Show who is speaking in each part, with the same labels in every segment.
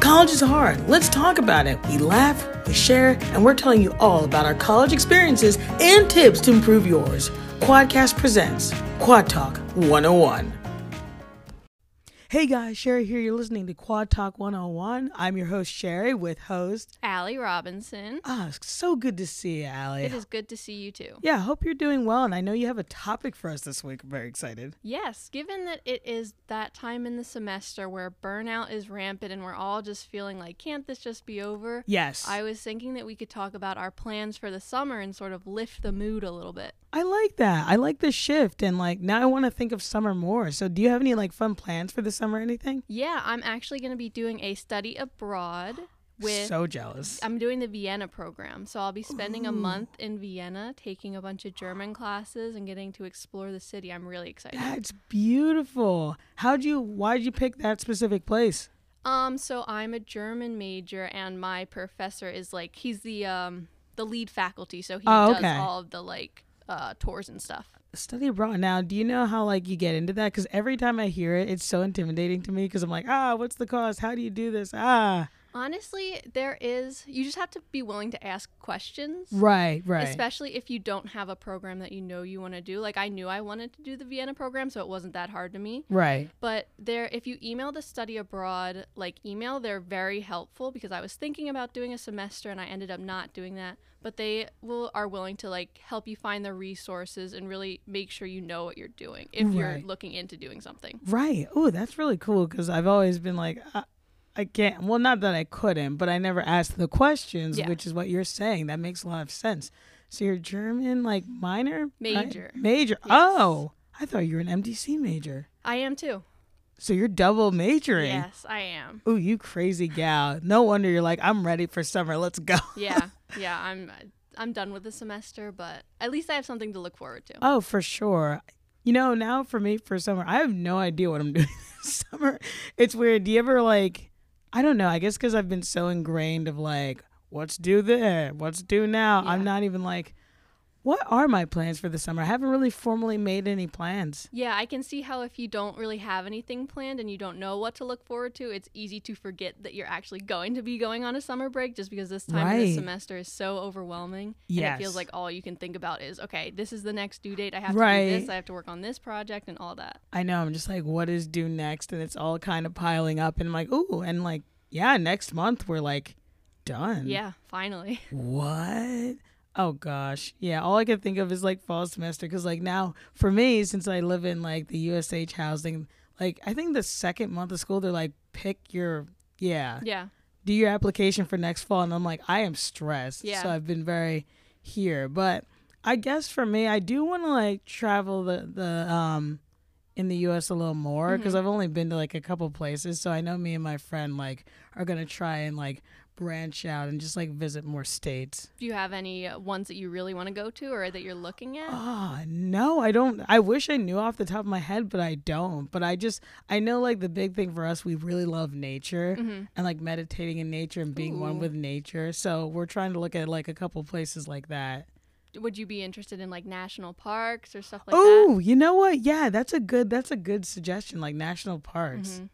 Speaker 1: College is hard. Let's talk about it. We laugh, we share, and we're telling you all about our college experiences and tips to improve yours. Quadcast presents Quad Talk 101. Hey guys, Sherry here. You're listening to Quad Talk 101. I'm your host, Sherry, with host.
Speaker 2: Allie Robinson.
Speaker 1: Ah, it's so good to see you, Allie.
Speaker 2: It is good to see you too.
Speaker 1: Yeah, hope you're doing well, and I know you have a topic for us this week. I'm very excited.
Speaker 2: Yes, given that it is that time in the semester where burnout is rampant and we're all just feeling like, can't this just be over?
Speaker 1: Yes.
Speaker 2: I was thinking that we could talk about our plans for the summer and sort of lift the mood a little bit.
Speaker 1: I like that. I like the shift, and like now I want to think of summer more. So, do you have any like fun plans for the summer? or Anything?
Speaker 2: Yeah, I'm actually going to be doing a study abroad with.
Speaker 1: so jealous.
Speaker 2: I'm doing the Vienna program, so I'll be spending a month in Vienna taking a bunch of German classes and getting to explore the city. I'm really excited.
Speaker 1: That's beautiful. How'd you? Why'd you pick that specific place?
Speaker 2: Um, so I'm a German major, and my professor is like he's the um the lead faculty, so he
Speaker 1: Oh,
Speaker 2: does
Speaker 1: okay.
Speaker 2: all of the like uh tours and stuff.
Speaker 1: Study abroad. Now, do you know how like you get into that? Because every time I hear it, it's so intimidating to me. Because I'm like, ah, what's the cost? How do you do this? Ah,
Speaker 2: Honestly, there is you just have to be willing to ask questions.
Speaker 1: right, right.
Speaker 2: Especially if you don't have a program that you know you want to do. Like I knew I wanted to do the Vienna program, so it wasn't that hard to me.
Speaker 1: Right.
Speaker 2: But there if you email the study abroad like email, they're very helpful because I was thinking about doing a semester and I ended up not doing that. But they will are willing to like help you find the resources and really make sure you know what you're doing if you're
Speaker 1: Right.
Speaker 2: looking into doing something.
Speaker 1: Right. Oh, that's really cool because I've always been like, I, I can't. Well, not that I couldn't, but I never asked the questions,
Speaker 2: Yeah.
Speaker 1: which is what you're saying. That makes a lot of sense. So you're German, like minor, right?
Speaker 2: Major.
Speaker 1: major. Oh, I thought you were an MDC major.
Speaker 2: I am too.
Speaker 1: So you're double majoring.
Speaker 2: Yes, I am.
Speaker 1: Ooh, you crazy gal. No wonder you're like, I'm ready for summer. Let's go.
Speaker 2: Yeah. Yeah, I'm I'm done with the semester, but at least I have something to look forward to.
Speaker 1: Oh, for sure. You know, now for me for summer, I have no idea what I'm doing this summer. It's weird. Do you ever like, I don't know, I guess because I've been so ingrained of like, what's due there, what's due now. I'm
Speaker 2: Yeah.
Speaker 1: not even like, what are my plans for the summer? I haven't really formally made any plans.
Speaker 2: Yeah, I can see how if you don't really have anything planned and you don't know what to look forward to, it's easy to forget that you're actually going to be going on a summer break just because this time of
Speaker 1: Right.
Speaker 2: the semester is so overwhelming. And it
Speaker 1: Yes.
Speaker 2: feels like all you can think about is, okay, this is the next due date. I have to do
Speaker 1: Right.
Speaker 2: this. I have to work on this project and all that.
Speaker 1: I know, I'm just like, what is due next? And it's all kind of piling up. And I'm like, ooh, and like, yeah, next month we're like done.
Speaker 2: Yeah, finally.
Speaker 1: What? Oh gosh. Yeah, all I can think of is like fall semester cuz like now for me since I live in like the USH housing, like I think the second month of school they're like pick your yeah,
Speaker 2: Yeah.
Speaker 1: do your application for next fall and I'm like I am stressed.
Speaker 2: Yeah.
Speaker 1: So I've been very here, but I guess for me I do want to like travel the the um in the US a little more because I've only been to like a couple places, so I know me and my friend like are going to try and like branch out and just like visit more states.
Speaker 2: Do you have any uh, ones that you really want to go to or that you're looking at?
Speaker 1: Ah, no, I don't. I wish I knew off the top of my head, but I don't. But I just, I know like the big thing for us, we really love nature and like meditating in nature and being one
Speaker 2: Mm-hmm. Ooh.
Speaker 1: with nature. So we're trying to look at like a couple places like that.
Speaker 2: Would you be interested in like national parks or stuff like that?
Speaker 1: oh, you know what? Yeah, that's a good, that's a good suggestion. Like national parks.
Speaker 2: Mm-hmm.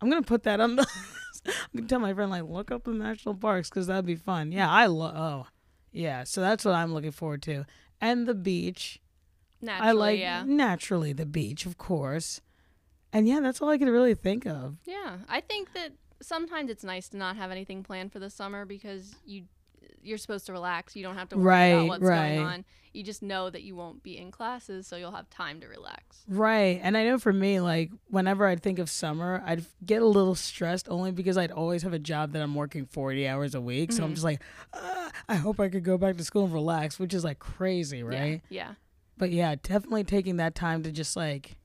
Speaker 1: I'm going to put that on the, I'm going to tell my friend, like, look up the national parks because that'd be fun. Yeah, I love, oh, yeah. So that's what I'm looking forward to. And the beach.
Speaker 2: Naturally,
Speaker 1: I like
Speaker 2: yeah.
Speaker 1: naturally the beach, of course. And yeah, that's all I could really think of.
Speaker 2: Yeah, I think that sometimes it's nice to not have anything planned for the summer because you you're supposed to relax. You don't have to worry
Speaker 1: Right,
Speaker 2: about what's
Speaker 1: right.
Speaker 2: going on. You just know that you won't be in classes, so you'll have time to relax.
Speaker 1: Right. And I know for me, like, whenever I'd think of summer, I'd get a little stressed only because I'd always have a job that I'm working 40 hours a week. So
Speaker 2: Mm-hmm.
Speaker 1: I'm just like, ah, I hope I could go back to school and relax, which is like crazy,
Speaker 2: Yeah,
Speaker 1: right?
Speaker 2: Yeah.
Speaker 1: But yeah, definitely taking that time to just like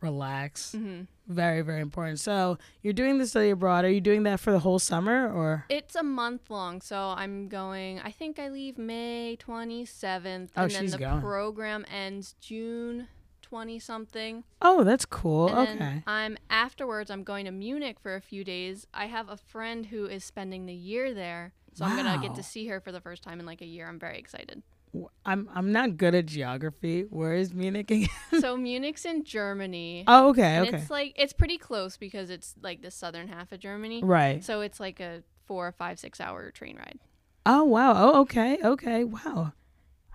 Speaker 1: relax.
Speaker 2: Mm-hmm.
Speaker 1: Very, very important. So you're doing the study abroad. Are you doing that for the whole summer or?
Speaker 2: It's a month long, so I'm going. I think I leave May 27th,
Speaker 1: Oh,
Speaker 2: and then
Speaker 1: she's
Speaker 2: the
Speaker 1: going.
Speaker 2: program ends June 20 something.
Speaker 1: Oh, that's cool.
Speaker 2: And
Speaker 1: okay.
Speaker 2: then I'm afterwards. I'm going to Munich for a few days. I have a friend who is spending the year there, so I'm gonna
Speaker 1: Wow.
Speaker 2: get to see her for the first time in like a year. I'm very excited.
Speaker 1: I'm I'm not good at geography. Where is Munich again?
Speaker 2: so Munich's in Germany.
Speaker 1: Oh, okay,
Speaker 2: and
Speaker 1: okay.
Speaker 2: it's like it's pretty close because it's like the southern half of Germany.
Speaker 1: Right.
Speaker 2: So it's like a four or five, six hour train ride.
Speaker 1: Oh wow. Oh okay. Okay. Wow.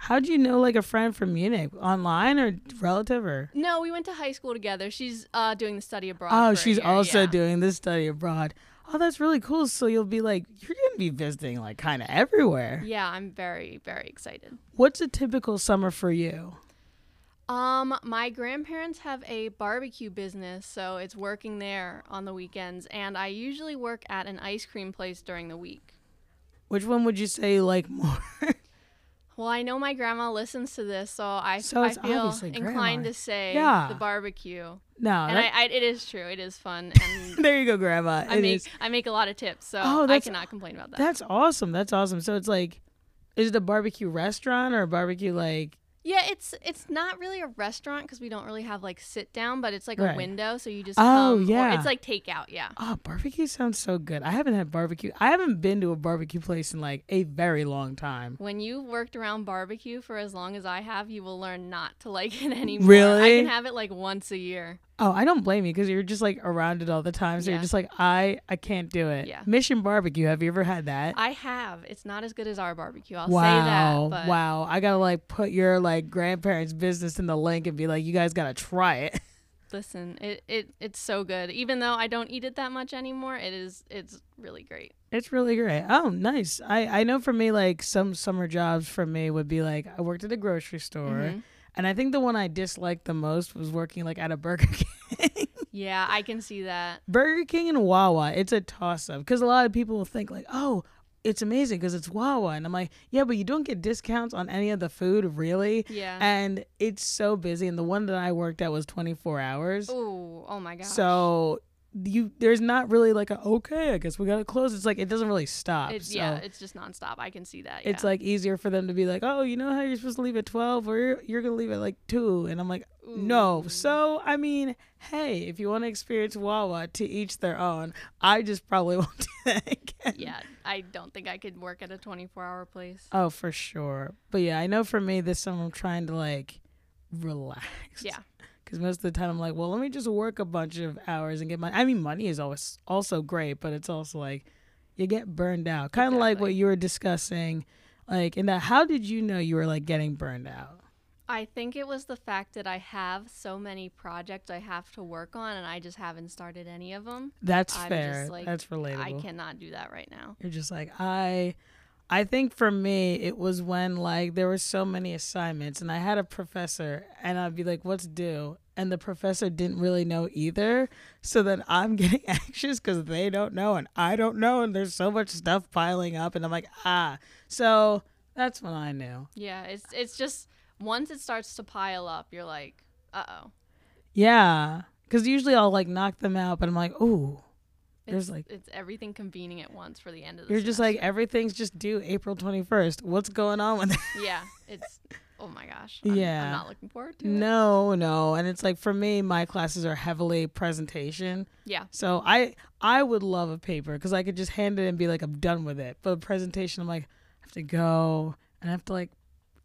Speaker 1: How do you know like a friend from Munich online or relative or?
Speaker 2: No, we went to high school together. She's uh, doing the study abroad.
Speaker 1: Oh,
Speaker 2: for a
Speaker 1: she's
Speaker 2: year,
Speaker 1: also
Speaker 2: yeah.
Speaker 1: doing this study abroad. Oh, that's really cool. So you'll be like you're gonna be visiting like kind of everywhere.
Speaker 2: Yeah, I'm very, very excited.
Speaker 1: What's a typical summer for you?
Speaker 2: Um, my grandparents have a barbecue business, so it's working there on the weekends, and I usually work at an ice cream place during the week.
Speaker 1: Which one would you say you like more?
Speaker 2: Well, I know my grandma listens to this, so I,
Speaker 1: So
Speaker 2: I
Speaker 1: it's
Speaker 2: feel
Speaker 1: obviously grandma.
Speaker 2: inclined to say
Speaker 1: Yeah.
Speaker 2: the barbecue.
Speaker 1: no,
Speaker 2: and
Speaker 1: that-
Speaker 2: I, I, it is true. It is fun, and
Speaker 1: there you go, Grandma.
Speaker 2: I
Speaker 1: It
Speaker 2: make
Speaker 1: is-
Speaker 2: I make a lot of tips, so
Speaker 1: Oh,
Speaker 2: I
Speaker 1: that's-
Speaker 2: cannot complain about that.
Speaker 1: That's awesome. That's awesome. So it's like, is it a barbecue restaurant or a barbecue like?
Speaker 2: Yeah, it's it's not really a restaurant because we don't really have like sit down, but it's like
Speaker 1: Right.
Speaker 2: a window, so you just
Speaker 1: Oh,
Speaker 2: come. or
Speaker 1: yeah.
Speaker 2: it's like takeout. Yeah,
Speaker 1: Oh, barbecue sounds so good. I haven't had barbecue. I haven't been to a barbecue place in like a very long time.
Speaker 2: when you worked around barbecue for as long as I have, you will learn not to like it anymore. I
Speaker 1: Really?
Speaker 2: can have it like once a year.
Speaker 1: Oh, I don't blame you because you're just like around it all the time. So
Speaker 2: Yeah.
Speaker 1: you're just like, I, I can't do it.
Speaker 2: Yeah.
Speaker 1: Mission barbecue. Have you ever had that?
Speaker 2: I have. It's not as good as our barbecue. I'll say
Speaker 1: wow,
Speaker 2: that. But
Speaker 1: wow. I gotta like put your like grandparents' business in the link and be like, you guys gotta try it.
Speaker 2: Listen, it, it it's so good. Even though I don't eat it that much anymore, it is it's really great.
Speaker 1: It's really great. Oh, nice. I I know for me like some summer jobs for me would be like I worked at a grocery store.
Speaker 2: Mhm.
Speaker 1: And I think the one I disliked the most was working like at a Burger King.
Speaker 2: Yeah, I can see that.
Speaker 1: Burger King and Wawa, it's a toss up because a lot of people will think like, oh, it's amazing because it's Wawa, and I'm like, yeah, but you don't get discounts on any of the food really.
Speaker 2: Yeah.
Speaker 1: And it's so busy, and the one that I worked at was 24 hours.
Speaker 2: Oh, oh my gosh.
Speaker 1: So you there's not really like a okay, I guess we gotta close. It's like it doesn't really stop.
Speaker 2: It's
Speaker 1: uh, so
Speaker 2: yeah, it's just nonstop. I can see that.
Speaker 1: it's
Speaker 2: yeah.
Speaker 1: like easier for them to be like, oh, you know how you're supposed to leave at 12 or you're, you're going to leave at like 2. And I'm like, no.
Speaker 2: Ooh.
Speaker 1: So, I mean, hey, if you want to experience Wawa, to each their own. I just probably won't do that again.
Speaker 2: yeah, I don't think I could work at a 24-hour place.
Speaker 1: Oh, for sure. But yeah, I know for me this summer I'm trying to like relax.
Speaker 2: Yeah.
Speaker 1: Because most of the time I'm like, well, let me just work a bunch of hours and get money. I mean, money is always also great, but it's also like you get burned out. Kind of like
Speaker 2: Exactly.
Speaker 1: what you were discussing. Like, and that, how did you know you were like getting burned out?
Speaker 2: I think it was the fact that I have so many projects I have to work on and I just haven't started any of them.
Speaker 1: That's
Speaker 2: I'm
Speaker 1: fair.
Speaker 2: just like,
Speaker 1: That's relatable.
Speaker 2: I cannot do that right now.
Speaker 1: You're just like I. I think for me, it was when like there were so many assignments, and I had a professor, and I'd be like, "What's due?" And the professor didn't really know either. So then I'm getting anxious because they don't know, and I don't know, and there's so much stuff piling up, and I'm like, ah. So that's when I knew.
Speaker 2: Yeah, it's it's just once it starts to pile up, you're like, "Uh-oh."
Speaker 1: Yeah, because usually I'll like knock them out, but I'm like, ooh,
Speaker 2: It's,
Speaker 1: There's, like-
Speaker 2: it's everything convening at once for the end of the
Speaker 1: you're just like everything's just due April 21st. What's going on with that?
Speaker 2: semester. Yeah, it's oh my gosh. I'm, I'm
Speaker 1: Yeah.
Speaker 2: not looking forward to it.
Speaker 1: No, no. And it's like for me, my classes are heavily presentation.
Speaker 2: Yeah.
Speaker 1: So I I would love a paper because I could just hand it and be like, I'm done with it. But a presentation, I'm like, I have to go and I have to like,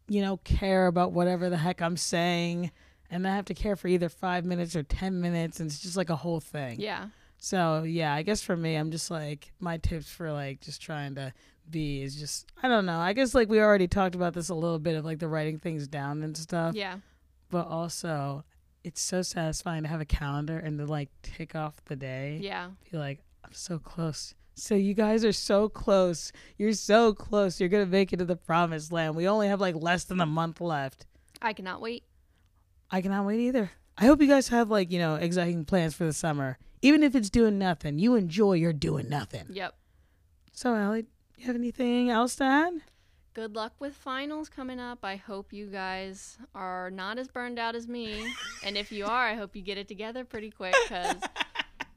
Speaker 1: you know, care about whatever the heck I'm saying. And I have to care for either five minutes or ten minutes, and it's just like a whole thing.
Speaker 2: Yeah.
Speaker 1: So yeah, I guess for me, I'm just like my tips for like just trying to be is just I don't know. I guess like we already talked about this a little bit of like the writing things down and stuff
Speaker 2: Yeah.
Speaker 1: but also it's so satisfying to have a calendar and to like tick off the day.
Speaker 2: Yeah.
Speaker 1: Be like, I'm so close. So you guys are so close. You're so close. You're gonna make it to the promised land. We only have like less than a month left.
Speaker 2: I cannot wait.
Speaker 1: I cannot wait either. I hope you guys have like, you know, exciting plans for the summer. Even if it's doing nothing, you enjoy your doing nothing.
Speaker 2: Yep.
Speaker 1: So Allie, you have anything else to add?
Speaker 2: Good luck with finals coming up. I hope you guys are not as burned out as me. and if you are, I hope you get it together pretty quick because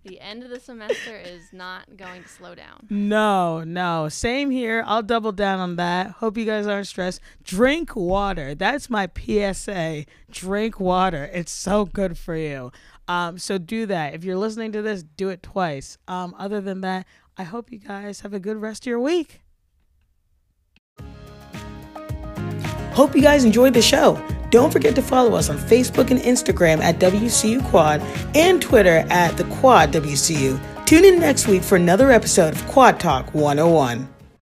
Speaker 2: the end of the semester is not going to slow down.
Speaker 1: No, no. Same here. I'll double down on that. Hope you guys aren't stressed. Drink water. That's my PSA. Drink water. It's so good for you. Um, so do that. If you're listening to this, do it twice. Um, other than that, I hope you guys have a good rest of your week. Hope you guys enjoyed the show. Don't forget to follow us on Facebook and Instagram at WCU Quad and Twitter at the Quad WCU. Tune in next week for another episode of Quad Talk 101.